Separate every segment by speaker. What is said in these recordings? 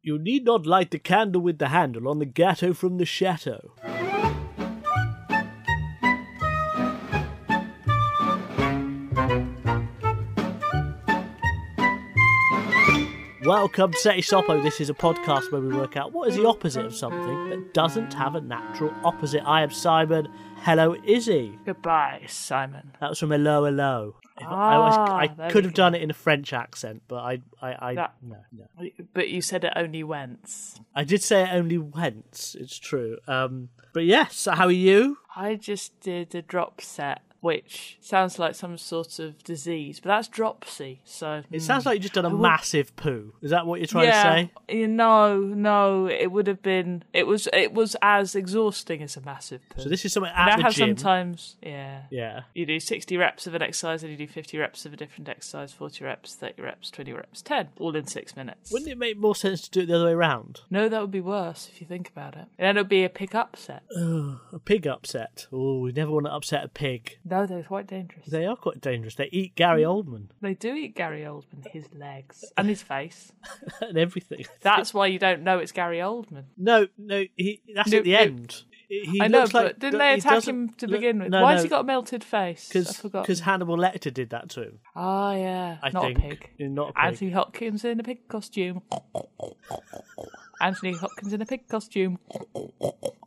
Speaker 1: You need not light the candle with the handle on the gatto from the chateau. Welcome to Seti Sopo. This is a podcast where we work out what is the opposite of something that doesn't have a natural opposite. I am Simon. Hello, Izzy.
Speaker 2: Goodbye, Simon.
Speaker 1: That was from Hello, Hello. If I,
Speaker 2: Ah,
Speaker 1: was, I
Speaker 2: there
Speaker 1: could
Speaker 2: we
Speaker 1: have
Speaker 2: go.
Speaker 1: done it in a French accent, but I, I, I
Speaker 2: That-
Speaker 1: no, no.
Speaker 2: But you said it only once.
Speaker 1: I did say it only once. It's true. Um, but yes, how are you?
Speaker 2: I just did a drop set, which sounds like some sort of disease, but that's dropsy. So
Speaker 1: It sounds like you've just done a massive poo. Is that what you're trying
Speaker 2: Hmm. yeah,
Speaker 1: to say?
Speaker 2: you know, no, it would have been. It was. It was as exhausting as a massive. Poo.
Speaker 1: So this is something
Speaker 2: You
Speaker 1: at
Speaker 2: know
Speaker 1: the
Speaker 2: how
Speaker 1: gym.
Speaker 2: sometimes, yeah.
Speaker 1: Yeah.
Speaker 2: You do 60 reps of an exercise, and you do 50 reps of a different exercise, 40 reps, 30 reps, 20 reps, 10, all in six minutes.
Speaker 1: Wouldn't it make more sense to do it the other way around?
Speaker 2: No, that would be worse if you think about it. Then it would be a pick up set.
Speaker 1: A pig upset. Oh, we never want to upset a pig.
Speaker 2: No, they're quite dangerous.
Speaker 1: They are quite dangerous. They eat
Speaker 2: Hmm.
Speaker 1: Gary Oldman
Speaker 2: They do eat Gary Oldman, his legs and his face.
Speaker 1: and everything.
Speaker 2: That's why you don't know it's Gary Oldman.
Speaker 1: No, no, he, that's
Speaker 2: No,
Speaker 1: at the
Speaker 2: no.
Speaker 1: end. He
Speaker 2: I know,
Speaker 1: looks
Speaker 2: but
Speaker 1: like,
Speaker 2: didn't they
Speaker 1: he
Speaker 2: attack
Speaker 1: doesn't
Speaker 2: him to
Speaker 1: look-
Speaker 2: begin with?
Speaker 1: No,
Speaker 2: why
Speaker 1: no,
Speaker 2: has he got a melted face? I forgot.
Speaker 1: Because Hannibal Lecter did that to him.
Speaker 2: Ah, yeah,
Speaker 1: I
Speaker 2: not
Speaker 1: think.
Speaker 2: a pig.
Speaker 1: Yeah, Not a pig.
Speaker 2: Anthony Hopkins in a pig costume. Anthony Hopkins in a pig costume.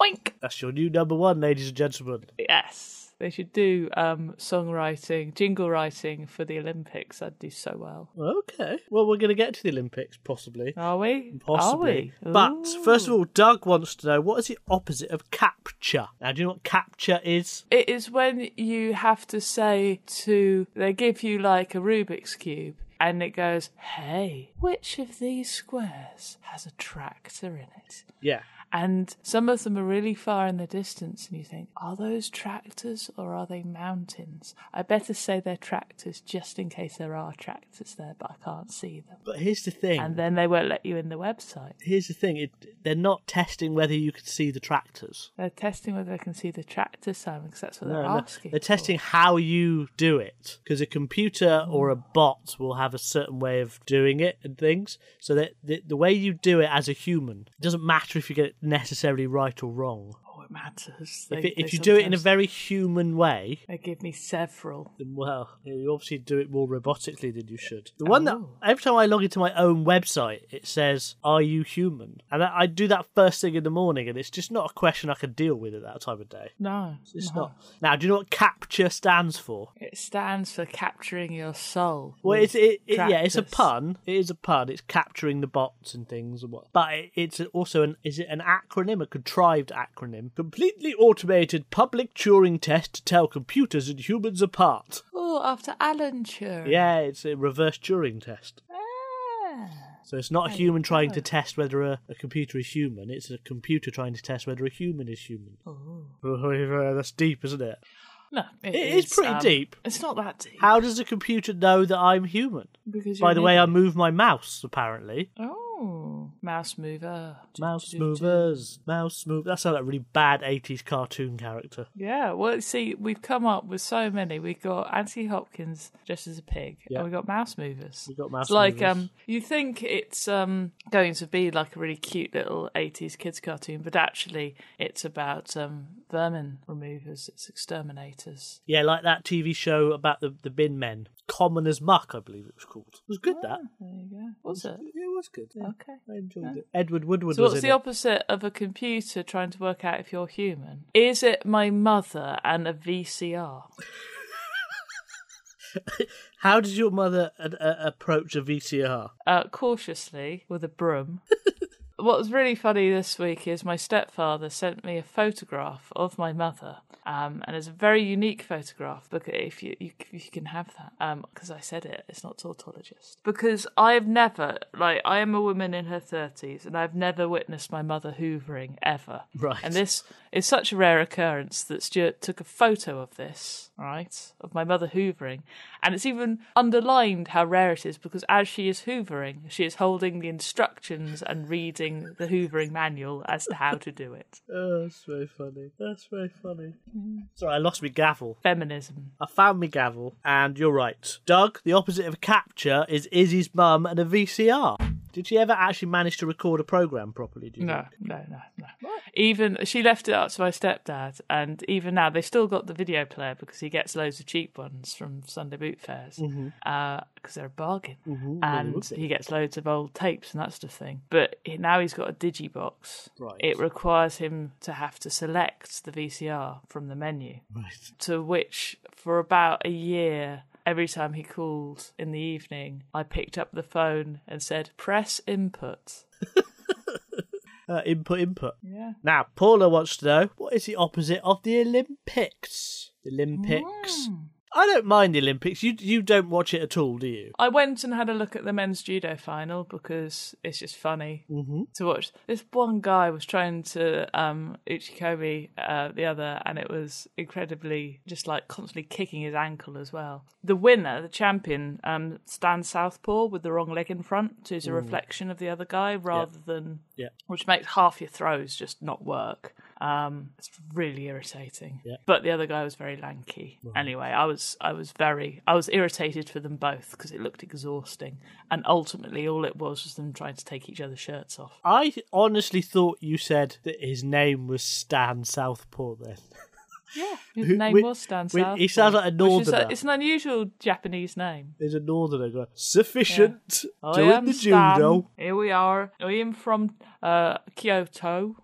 Speaker 2: Oink!
Speaker 1: That's your new number one, ladies and gentlemen.
Speaker 2: Yes, they should do um, songwriting, jingle writing for the Olympics. I'd do so well.
Speaker 1: Okay. Well, we're going to get to the Olympics, possibly.
Speaker 2: Are we?
Speaker 1: Possibly.
Speaker 2: Are we?
Speaker 1: But
Speaker 2: Ooh.
Speaker 1: first of all, Doug wants to know what is the opposite of capture? Now, do you know what capture is?
Speaker 2: It is when you have to say to, they give you like a Rubik's Cube and it goes, hey, which of these squares has a tractor in it?
Speaker 1: Yeah.
Speaker 2: And some of them are really far in the distance, and you think, are those tractors or are they mountains? I better say they're tractors just in case there are tractors there, but I can't see them.
Speaker 1: But here's the thing.
Speaker 2: And then they won't let you in the website.
Speaker 1: here's the thing. It, they're not testing whether you could see the tractors.
Speaker 2: They're testing whether they can see the tractor, Simon, because that's what they're asking.
Speaker 1: They're
Speaker 2: for.
Speaker 1: testing how you do it because a computer or
Speaker 2: Mm.
Speaker 1: a bot will have a certain way of doing it and things. So that the, the way you do it as a human it doesn't matter if you get it necessarily right or wrong.
Speaker 2: Oh, it
Speaker 1: If,
Speaker 2: matters. They-
Speaker 1: it,
Speaker 2: they
Speaker 1: if you do it in a
Speaker 2: sometimes-
Speaker 1: very human way,
Speaker 2: They give me several.
Speaker 1: then well, you obviously do it more robotically than you should. The one that every time I log into my own website, it says, "Are you human?" And I, I do that first thing in the morning, and it's just not a question I can deal with at that time of day.
Speaker 2: No,
Speaker 1: It's not. Now, do you know what capture stands for?
Speaker 2: It stands for capturing your soul.
Speaker 1: Well, it's it, it yeah, it's a
Speaker 2: Tractors.
Speaker 1: pun. It is a pun. It's capturing the bots and things and what. But it, it's also an is it an acronym, a contrived acronym? Completely automated public Turing test to tell computers and humans apart.
Speaker 2: Oh, after Alan Turing.
Speaker 1: Yeah, it's a reverse Turing test.
Speaker 2: Ah.
Speaker 1: So it's not a human trying to test whether a, a computer is human. It's a computer trying to test whether a human is human. Oh. That's deep, isn't it?
Speaker 2: No,
Speaker 1: It is pretty deep.
Speaker 2: It's um, not that deep.
Speaker 1: How does a computer know that I'm human?
Speaker 2: because
Speaker 1: By
Speaker 2: you're
Speaker 1: the
Speaker 2: an
Speaker 1: way, I
Speaker 2: idiot.
Speaker 1: move my mouse, apparently.
Speaker 2: Oh, mouse mover.
Speaker 1: Mouse movers, mouse move. That sounds like a really bad 80s cartoon character.
Speaker 2: Yeah, well, see, we've come up with so many. We've got Anthony Hopkins dressed as a pig,
Speaker 1: Yeah.
Speaker 2: and we've got mouse movers.
Speaker 1: We've got mouse
Speaker 2: it's like,
Speaker 1: movers.
Speaker 2: um, you think it's um, going to be like a really cute little 80s kids cartoon, but actually, it's about um, vermin removers, it's exterminators.
Speaker 1: Yeah, like that TV show about the, the bin men. Common as Muck, I believe it was called. It was good, that.
Speaker 2: There you go. Was it?
Speaker 1: It was good. yeah.
Speaker 2: Okay.
Speaker 1: I enjoyed it. Edward Woodward
Speaker 2: Ah. So,
Speaker 1: was
Speaker 2: what's
Speaker 1: in
Speaker 2: the
Speaker 1: it.
Speaker 2: opposite of a computer trying to work out if you're human? Is it my mother and a VCR?
Speaker 1: How does your mother uh, uh, approach a VCR?
Speaker 2: uh, cautiously with a broom. what was really funny this week is my stepfather sent me a photograph of my mother, um, and it's a very unique photograph. Because if you you, you can have that, because I said it, it's not tautologist. Because I've never like I am a woman in her thirties, and I've never witnessed my mother hoovering ever.
Speaker 1: Right.
Speaker 2: and this is such a rare occurrence that Stuart took a photo of this, right, of my mother hoovering. And it's even underlined how rare it is because as she is hoovering, she is holding the instructions and reading the hoovering manual as to how to do it.
Speaker 1: Oh, that's very funny. That's very funny. Sorry, I lost my gavel.
Speaker 2: Feminism.
Speaker 1: I found my gavel, and you're right. Doug, the opposite of capture is Izzy's mum and a VCR. Did she ever actually manage to record a program properly? Do you
Speaker 2: No, no, no, no. Even she left it up to my stepdad, and even now they still got the video player because he gets loads of cheap ones from Sunday boot fairs because
Speaker 1: Mm-hmm.
Speaker 2: they're a bargain, and he gets loads of old tapes and that sort of thing. But he- now he's got a digibox.
Speaker 1: Right.
Speaker 2: It requires him to have to select the VCR from the menu
Speaker 1: Right.
Speaker 2: to which for about a year every time he called in the evening i picked up the phone and said press input
Speaker 1: Uh, input, input.
Speaker 2: yeah
Speaker 1: Now, Paula wants to know what is the opposite of the Olympics? Olympics.
Speaker 2: Hmm.
Speaker 1: I don't mind the Olympics. You you don't watch it at all, do you?
Speaker 2: i went and had a look at the men's judo final because it's just funny
Speaker 1: Mm-hmm.
Speaker 2: to watch this one guy was trying to um uchikomi uh, the other and it was incredibly just like constantly kicking his ankle as well the winner the champion um stands southpaw with the wrong leg in front so it's a reflection of the other guy rather than
Speaker 1: Mm. Yeah.
Speaker 2: which makes half your throws just not work. Um, it's really irritating.
Speaker 1: Yeah.
Speaker 2: But the other guy was very lanky. Anyway, I was I was very I was irritated for them both because it looked exhausting, and ultimately all it was was them trying to take each other's shirts off.
Speaker 1: I honestly thought you said that his name was Stan Southpaw then.
Speaker 2: Yeah, his
Speaker 1: Who-
Speaker 2: name
Speaker 1: with-
Speaker 2: was Stan
Speaker 1: with-
Speaker 2: Southpaw.
Speaker 1: he sounds like a
Speaker 2: which is
Speaker 1: northerner.
Speaker 2: It's an unusual Japanese name.
Speaker 1: There's a northerner going, sufficient
Speaker 2: I
Speaker 1: doing
Speaker 2: am
Speaker 1: the
Speaker 2: Stan.
Speaker 1: judo.
Speaker 2: Here we are. I am from uh, Kyoto.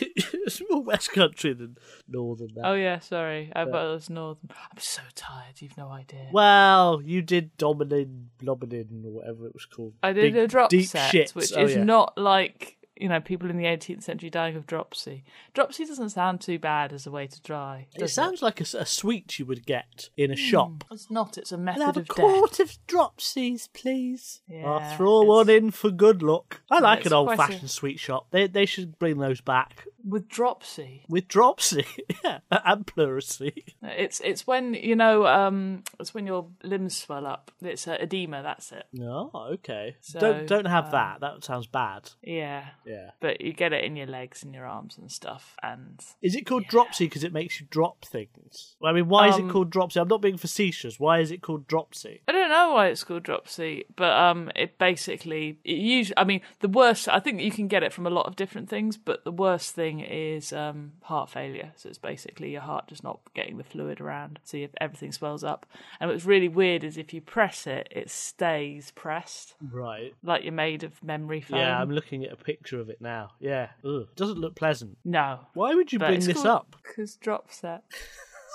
Speaker 1: it's more West Country than northern now.
Speaker 2: Oh yeah, sorry, I thought it was northern. I'm so tired. You've no idea.
Speaker 1: Well, you did Dominin, Blobinin, or whatever it was called.
Speaker 2: I did
Speaker 1: Big,
Speaker 2: a drop
Speaker 1: deep
Speaker 2: set,
Speaker 1: shit.
Speaker 2: which
Speaker 1: Oh,
Speaker 2: is
Speaker 1: yeah.
Speaker 2: not like you know people in the 18th century dying of dropsy. Dropsy doesn't sound too bad as a Hmm. way to die.
Speaker 1: It
Speaker 2: does
Speaker 1: sounds like a, s- a sweet you would get in a shop.
Speaker 2: It's not. It's a
Speaker 1: I'll
Speaker 2: method
Speaker 1: have a
Speaker 2: of death.
Speaker 1: quart of dropsies, please. I'll
Speaker 2: Yeah,
Speaker 1: throw
Speaker 2: it's-
Speaker 1: one in for good luck. I like
Speaker 2: it's
Speaker 1: an
Speaker 2: quite a-
Speaker 1: old fashioned sweet shop. They they should bring those back
Speaker 2: With dropsy,
Speaker 1: with dropsy, yeah, and pleurisy.
Speaker 2: it's it's when you know um it's when your limbs swell up. It's uh, edema. That's it.
Speaker 1: No, Oh, okay.
Speaker 2: So, um,
Speaker 1: don't don't have that. That sounds bad.
Speaker 2: Yeah.
Speaker 1: Yeah.
Speaker 2: But you get it in your legs and your arms and stuff, and
Speaker 1: Is it called dropsy because it makes you drop things? I mean, why is
Speaker 2: Um,
Speaker 1: it called dropsy? I'm not being facetious. Why is it called dropsy?
Speaker 2: I don't know why it's called dropsy, but um, it basically it usually. I mean, the worst. I think you can get it from a lot of different things, but the worst thing is um, heart failure. So it's basically your heart just not getting the fluid around, so you, everything swells up. And what's really weird is if you press it, it stays pressed,
Speaker 1: Right.
Speaker 2: like you're made of memory foam.
Speaker 1: Yeah, I'm looking at a picture of it now. Yeah. Ugh. Um, Doesn't look pleasant.
Speaker 2: no,
Speaker 1: Why would you bring this up?
Speaker 2: because drop set.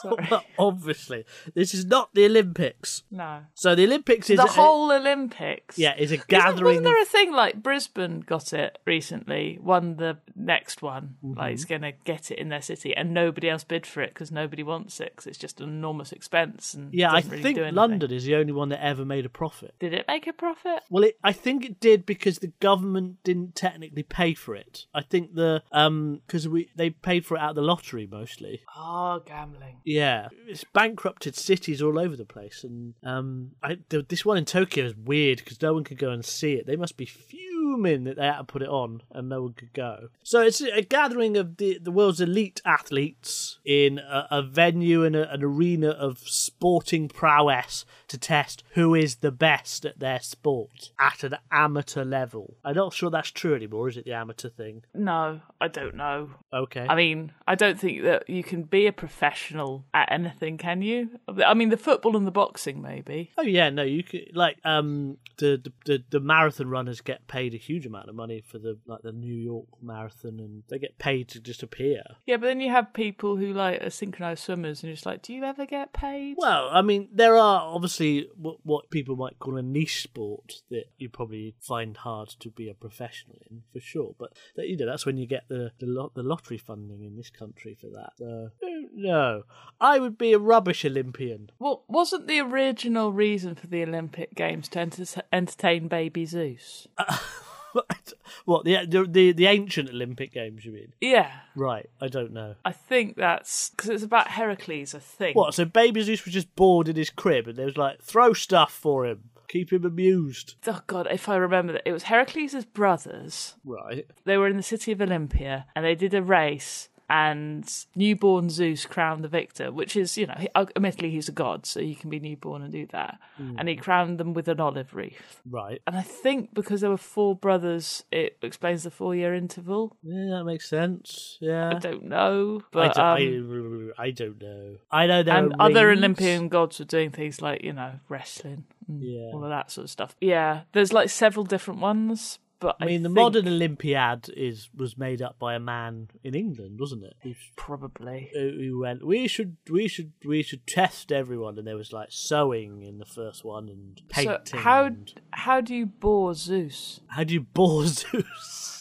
Speaker 2: Sorry,
Speaker 1: Well, obviously, this is not the Olympics.
Speaker 2: no.
Speaker 1: So the Olympics is
Speaker 2: The
Speaker 1: a-
Speaker 2: whole Olympics.
Speaker 1: yeah is a
Speaker 2: Isn't-
Speaker 1: gathering.
Speaker 2: Wasn't there a thing like Brisbane got it recently, won the next one,
Speaker 1: Mm-hmm.
Speaker 2: like it's going to get it in their city, and nobody else bid for it because nobody wants it because it's just an enormous expense. And
Speaker 1: yeah, I
Speaker 2: doesn't really
Speaker 1: think
Speaker 2: do anything.
Speaker 1: London is the only one that ever made a profit.
Speaker 2: Did it make a profit?
Speaker 1: Well, it, I think it did because the government didn't technically pay for it. I think the um because we they paid for it out of the lottery mostly.
Speaker 2: Oh, gambling.
Speaker 1: Yeah, it's bankrupted cities all over the place, and um, I, th- this one in Tokyo is weird because no one could go and see it. They must be fuming that they had to put it on and no one could go. So it's a gathering of the, the world's elite athletes in a, a venue and a, an arena of sporting prowess to test who is the best at their sport at an amateur level. I'm not sure that's true anymore. Is it the amateur thing?
Speaker 2: No, I don't know.
Speaker 1: Okay.
Speaker 2: I mean, I don't think that you can be a professional at anything, can you? I mean, the football and the boxing, maybe.
Speaker 1: Oh yeah, no, you could like um the, the the the marathon runners get paid a huge amount of money for the like the New York marathon, and they get paid to just appear.
Speaker 2: Yeah, but then you have people who like are synchronized swimmers, and you're just like, do you ever get paid?
Speaker 1: Well, I mean, there are obviously what what people might call a niche sport that you probably find hard to be a professional in for sure. But that, you know, that's when you get the the, lot, the lottery funding in this country for that. So, no, I would be a rubbish Olympian.
Speaker 2: Well, wasn't the original reason for the Olympic Games to enter- entertain baby Zeus?
Speaker 1: what the, the the the ancient Olympic Games? You mean?
Speaker 2: Yeah,
Speaker 1: Right, I don't know.
Speaker 2: I think that's because it's about Heracles, I think.
Speaker 1: What? So Baby Zeus was just bored in his crib, and they was like, throw stuff for him, keep him amused.
Speaker 2: Oh God, if I remember that, it was Heracles' brothers.
Speaker 1: Right.
Speaker 2: They were in the city of Olympia, and they did a race. and newborn Zeus crowned the victor, which is, you know, he, admittedly he's a god, so he can be newborn and do that.
Speaker 1: Hmm.
Speaker 2: And he crowned them with an olive wreath.
Speaker 1: Right.
Speaker 2: And I think because there were four brothers, it explains the four year interval.
Speaker 1: Yeah, that makes sense. Yeah.
Speaker 2: I don't know,
Speaker 1: I
Speaker 2: but
Speaker 1: don't,
Speaker 2: um,
Speaker 1: I, I don't know. I know there
Speaker 2: and
Speaker 1: are
Speaker 2: other
Speaker 1: rings.
Speaker 2: Olympian gods were doing things like you know wrestling, and
Speaker 1: Yeah.
Speaker 2: all of that sort of stuff. Yeah, there's like several different ones, but
Speaker 1: I mean, the
Speaker 2: think
Speaker 1: modern Olympiad is was made up by a man in England, wasn't it? Who, uh,
Speaker 2: probably
Speaker 1: who went, we should, we should, we should test everyone, and there was like sewing in the first one and painting.
Speaker 2: So how
Speaker 1: and-
Speaker 2: how do you bore Zeus?
Speaker 1: How do you bore Zeus?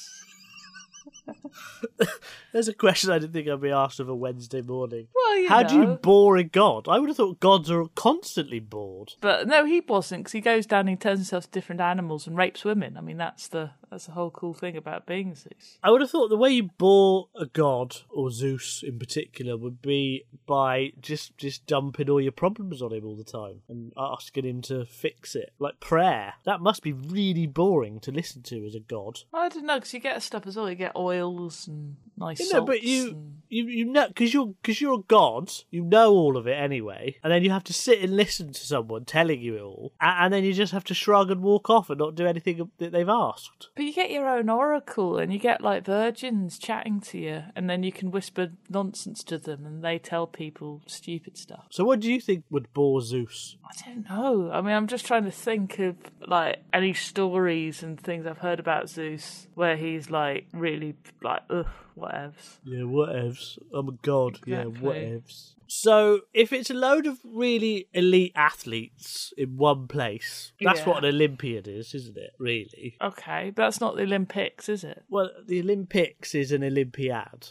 Speaker 1: There's a question I didn't think I'd be asked of a Wednesday morning.
Speaker 2: Well, you
Speaker 1: How do you
Speaker 2: know.
Speaker 1: bore a god? I would have thought gods are constantly bored.
Speaker 2: But no, he wasn't because he goes down and he turns himself to different animals and rapes women. I mean, that's the that's the whole cool thing about being Zeus.
Speaker 1: I would have thought the way you bore a god or Zeus in particular would be by just just dumping all your problems on him all the time and asking him to fix it, like prayer. That must be really boring to listen to as a god.
Speaker 2: I don't know because you get stuff as well. You get oils and nice
Speaker 1: You
Speaker 2: salts.
Speaker 1: know, but you
Speaker 2: and-
Speaker 1: you you know because you're because you're a god, you know all of it anyway, and then you have to sit and listen to someone telling you it all, and, and then you just have to shrug and walk off and not do anything that they've asked.
Speaker 2: But you get your own oracle and you get like virgins chatting to you and then you can whisper nonsense to them and they tell people stupid stuff.
Speaker 1: So, what do you think would bore Zeus?
Speaker 2: I don't know. I mean, I'm just trying to think of like any stories and things I've heard about Zeus where he's like really like, ugh, whatevs.
Speaker 1: Yeah, whatevs. I'm a god. Yeah,
Speaker 2: Exactly.
Speaker 1: whatevs. So, if it's a load of really elite athletes in one place, that's
Speaker 2: Yeah.
Speaker 1: what an Olympiad is, isn't it? Really?
Speaker 2: Okay, but that's not the Olympics, is it?
Speaker 1: Well, the Olympics is an Olympiad.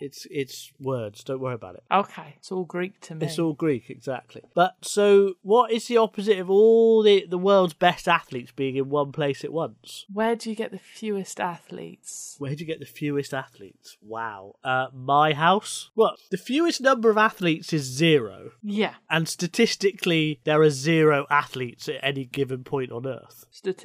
Speaker 1: It's it's words. Don't worry about it.
Speaker 2: Okay, it's all Greek to me.
Speaker 1: It's all Greek, exactly. But so, what is the opposite of all the, the world's best athletes being in one place at once?
Speaker 2: Where do you get the fewest athletes?
Speaker 1: Where do you get the fewest athletes? Wow. Uh, my house? What? The fewest number of athletes is zero.
Speaker 2: Yeah,
Speaker 1: And statistically, there are zero athletes at any given point on Earth.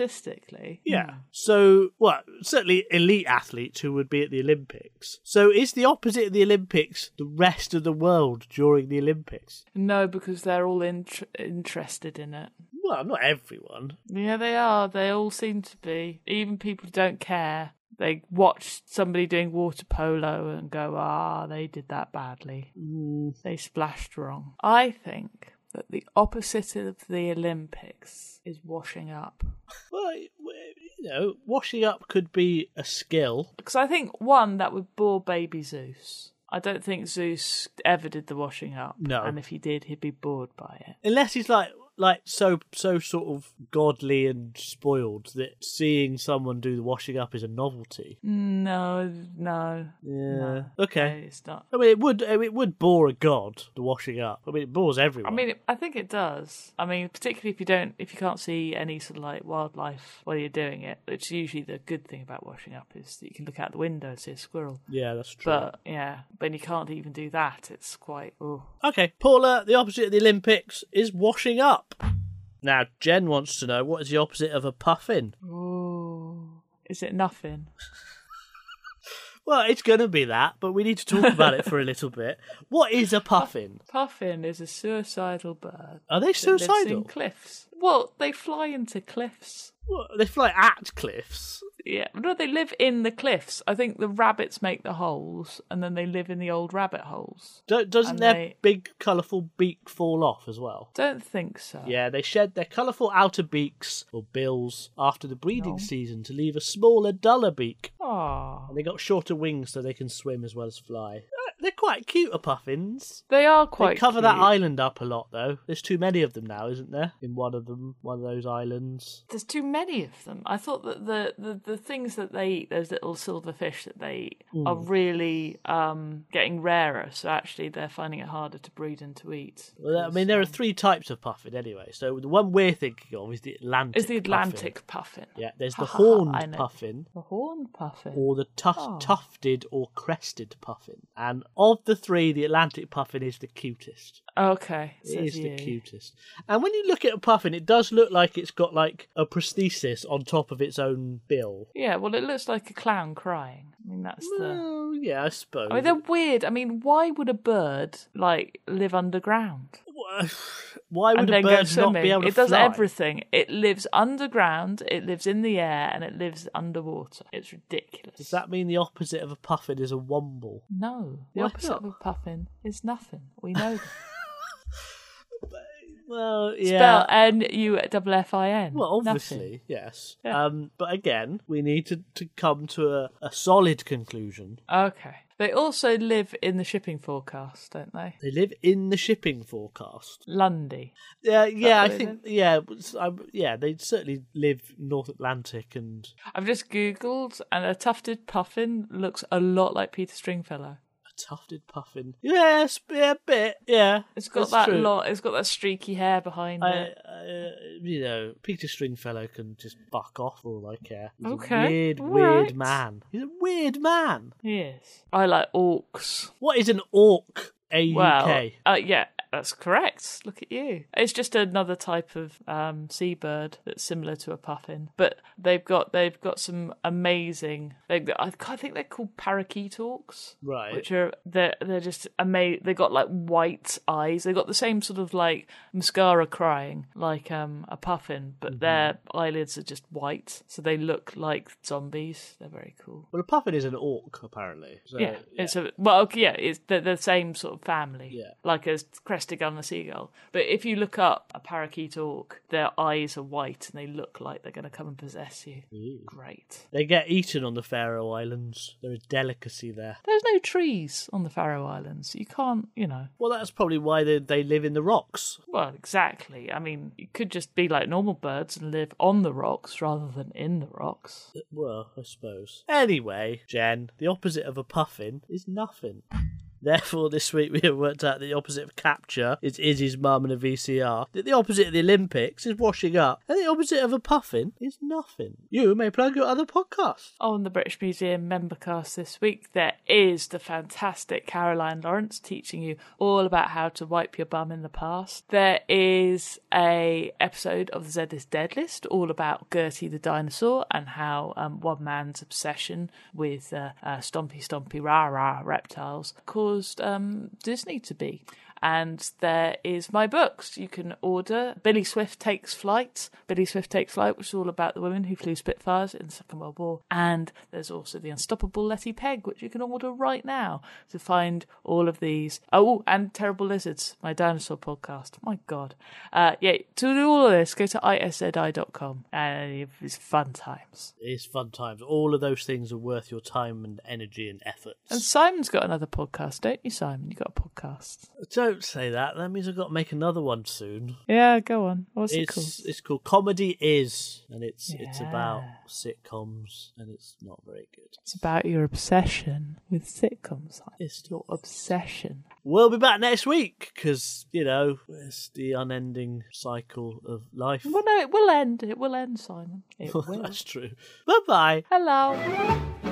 Speaker 2: statistically.
Speaker 1: Yeah. So, well, certainly elite athletes who would be at the Olympics. So, is the opposite of the Olympics the rest of the world during the Olympics?
Speaker 2: No, because they're all int- interested in it.
Speaker 1: Well, not everyone.
Speaker 2: Yeah, they are. They all seem to be. Even people who don't care. They watch somebody doing water polo and go, ah, they did that badly. They splashed wrong. I think that the opposite of the Olympics is washing up.
Speaker 1: Well, you know, washing up could be a skill.
Speaker 2: Because I think, one, that would bore baby Zeus. I don't think Zeus ever did the washing up.
Speaker 1: No.
Speaker 2: And if he did, he'd be bored by it.
Speaker 1: Unless he's like like so so sort of godly and spoiled that seeing someone do the washing up is a novelty.
Speaker 2: No, no.
Speaker 1: Yeah.
Speaker 2: no,
Speaker 1: Okay.
Speaker 2: It's not.
Speaker 1: I mean, it would it would bore a god the washing up. I mean, it bores
Speaker 2: I
Speaker 1: everyone.
Speaker 2: mean, it- I think it does. I mean, particularly if you don't, if you can't see any sort of like wildlife while you're doing it, which usually the good thing about washing up is that you can look out the window and see a squirrel.
Speaker 1: yeah, that's true.
Speaker 2: But yeah, when you can't even do that, it's quite. Oh,
Speaker 1: Okay, Paula, the opposite of the Olympics is washing up. Now, Jen wants to know what is the opposite of a puffin.
Speaker 2: oh, is it nothing?
Speaker 1: Well, it's going to be that, but we need to talk about it for a little bit. What is a puffin?
Speaker 2: Puffin is a suicidal bird.
Speaker 1: Are they
Speaker 2: that lives in
Speaker 1: suicidal?
Speaker 2: cliffs. Well, they fly into cliffs.
Speaker 1: What, they fly at cliffs.
Speaker 2: Yeah, no, they live in the cliffs. I think the rabbits make the holes, and then they live in the old rabbit holes.
Speaker 1: Do- doesn't
Speaker 2: And
Speaker 1: their
Speaker 2: they-
Speaker 1: big, colourful beak fall off as well?
Speaker 2: Don't think so.
Speaker 1: Yeah, they shed their colourful outer beaks or bills after the breeding season to leave a smaller, duller beak.
Speaker 2: Aw.
Speaker 1: And they got shorter wings so they can swim as well as fly. Uh, They're quite cute, are puffins.
Speaker 2: They are quite.
Speaker 1: They cover
Speaker 2: cute.
Speaker 1: that island up a lot, though. There's too many of them now, isn't there? In one of them, one of those islands.
Speaker 2: There's too many of them. I thought that the, the, the things that they eat, those little silver fish that they eat, are
Speaker 1: Mm.
Speaker 2: really um, getting rarer. So actually, they're finding it harder to breed and to eat.
Speaker 1: Well, I mean, there are three types of puffin anyway. So the one we're thinking of is the Atlantic.
Speaker 2: Is the
Speaker 1: puffin.
Speaker 2: Atlantic puffin?
Speaker 1: Yeah, there's the
Speaker 2: Ha ha ha, I
Speaker 1: horned
Speaker 2: know.
Speaker 1: puffin.
Speaker 2: The horned puffin.
Speaker 1: or the tuft,
Speaker 2: Oh.
Speaker 1: tufted or crested puffin. And of the three, the Atlantic puffin is the cutest.
Speaker 2: Okay,
Speaker 1: It
Speaker 2: says
Speaker 1: is the
Speaker 2: you.
Speaker 1: cutest. And when you look at a puffin, it does look like it's got like a prosthesis on top of its own bill.
Speaker 2: Yeah, well, it looks like a clown crying. I mean, that's the.
Speaker 1: Well, Yeah, I suppose.
Speaker 2: I mean, they're weird. I mean, why would a bird like live underground
Speaker 1: Why would
Speaker 2: and
Speaker 1: a
Speaker 2: then
Speaker 1: bird
Speaker 2: go
Speaker 1: not
Speaker 2: swimming?
Speaker 1: be able to
Speaker 2: it does
Speaker 1: fly?
Speaker 2: everything. It lives underground, it lives in the air, and it lives underwater. It's ridiculous.
Speaker 1: Does that mean the opposite of a puffin is a womble?
Speaker 2: No, the
Speaker 1: Why
Speaker 2: opposite
Speaker 1: not?
Speaker 2: of a puffin is nothing. We know. that.
Speaker 1: Well, yeah.
Speaker 2: Spell N U double F I N.
Speaker 1: Well, obviously, yes. Um, but again, we need to, to come to a, a solid conclusion.
Speaker 2: Okay. They also live in the shipping forecast, don't they?
Speaker 1: They live in the shipping forecast.
Speaker 2: Lundy.
Speaker 1: Yeah, yeah, I
Speaker 2: where they
Speaker 1: think, yeah, it's- um, yeah, they certainly live North Atlantic and
Speaker 2: I've just googled, and a tufted puffin looks a lot like Peter Stringfellow.
Speaker 1: a tufted puffin. Yes, yeah, a bit, yeah.
Speaker 2: It's got
Speaker 1: that's
Speaker 2: that
Speaker 1: true.
Speaker 2: lot. It's got that streaky hair behind
Speaker 1: I,
Speaker 2: it.
Speaker 1: uh, you know, Peter Stringfellow can just buck off for all I care. He's
Speaker 2: Okay,
Speaker 1: a weird,
Speaker 2: all
Speaker 1: weird
Speaker 2: right.
Speaker 1: man. He's a weird man.
Speaker 2: Yes. I like orcs.
Speaker 1: What is an orc? A
Speaker 2: Well,
Speaker 1: UK.
Speaker 2: uh, yeah, that's correct. Look at you. It's just another type of um, seabird that's similar to a puffin, but they've got they've got some amazing. They, I ca- I think they're called parakeet orcs,
Speaker 1: Right.
Speaker 2: Which are they're they're just amazing. They got like white eyes. They got the same sort of like mascara crying like um a puffin, but their eyelids are just white, so they look like zombies. They're very cool.
Speaker 1: Well, a puffin is an orc, apparently. So,
Speaker 2: Yeah, it's a well, okay, yeah, it's the, the same sort of family,
Speaker 1: Yeah.
Speaker 2: like a crested gull and a seagull. But if you look up a parakeet orc, their eyes are white and they look like they're going to come and possess you. Great.
Speaker 1: They get eaten on the Faroe Islands. There is delicacy there.
Speaker 2: There's no trees on the Faroe Islands. You can't, you know.
Speaker 1: Well, that's probably why they, they live in the rocks.
Speaker 2: Well, exactly. I mean, you could just be like normal birds and live on the rocks rather than in the rocks.
Speaker 1: Well, I suppose. Anyway, Jen, the opposite of a puffin is nothing. Therefore, this week we have worked out the opposite of capture is Izzy's mum and a VCR, that the opposite of the Olympics is washing up, and the opposite of a puffin is nothing. You may plug your other podcast.
Speaker 2: On the British Museum membercast this week, there is the fantastic Caroline Lawrence teaching you all about how to wipe your bum in the past. There is a episode of the Z is Dead list all about Gertie the dinosaur and how um, one man's obsession with uh, uh, stompy stompy rah rah reptiles caused um, Disney to be and there is my books you can order billy swift takes flight billy swift takes flight which is all about the women who flew spitfires in the second world war and there's also the unstoppable letty peg which you can order right now to find all of these oh and terrible lizards my dinosaur podcast my god uh yeah to do all of this go to iszi.com and it's fun times
Speaker 1: It's fun times. All of those things are worth your time and energy and efforts.
Speaker 2: and simon's got another podcast don't you simon you got a podcast
Speaker 1: Don't say that. That means I've got to make another one soon.
Speaker 2: yeah go on what's it
Speaker 1: It's
Speaker 2: called
Speaker 1: it's called Comedy Is, and it's it's about
Speaker 2: Yeah.
Speaker 1: sitcoms, and it's not very good.
Speaker 2: It's about your obsession with sitcoms.
Speaker 1: It's
Speaker 2: your obsession.
Speaker 1: We'll be back next week because you know it's the unending cycle of life.
Speaker 2: Well, no, it will end. It will end, Simon. It will.
Speaker 1: That's true. Bye bye.
Speaker 2: Hello.